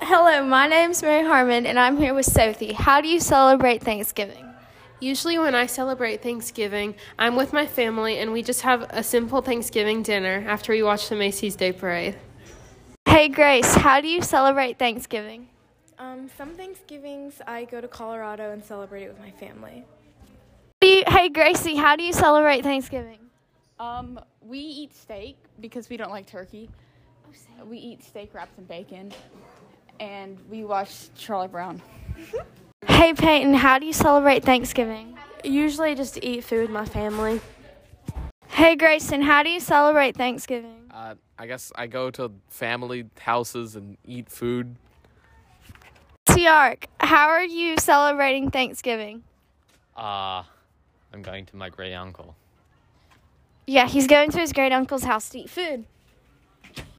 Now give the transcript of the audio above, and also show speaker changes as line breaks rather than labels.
Hello, my name's Mary Harmon, and I'm here with Sophie. How do you celebrate Thanksgiving?
Usually, when I celebrate Thanksgiving, I'm with my family and we just have a simple Thanksgiving dinner after we watch the Macy's Day Parade.
Hey, Grace, how do you celebrate Thanksgiving?
Um, some Thanksgivings I go to Colorado and celebrate it with my family.
Do you- hey, Gracie, how do you celebrate Thanksgiving?
Um, we eat steak because we don't like turkey. We eat steak wrapped in bacon, and we watch Charlie Brown.
Hey, Peyton, how do you celebrate Thanksgiving?
Usually just to eat food with my family.
Hey, Grayson, how do you celebrate Thanksgiving?
Uh, I guess I go to family houses and eat food.
Tiark, how are you celebrating Thanksgiving?
Uh, I'm going to my great uncle.
Yeah, he's going to his great uncle's house to eat food.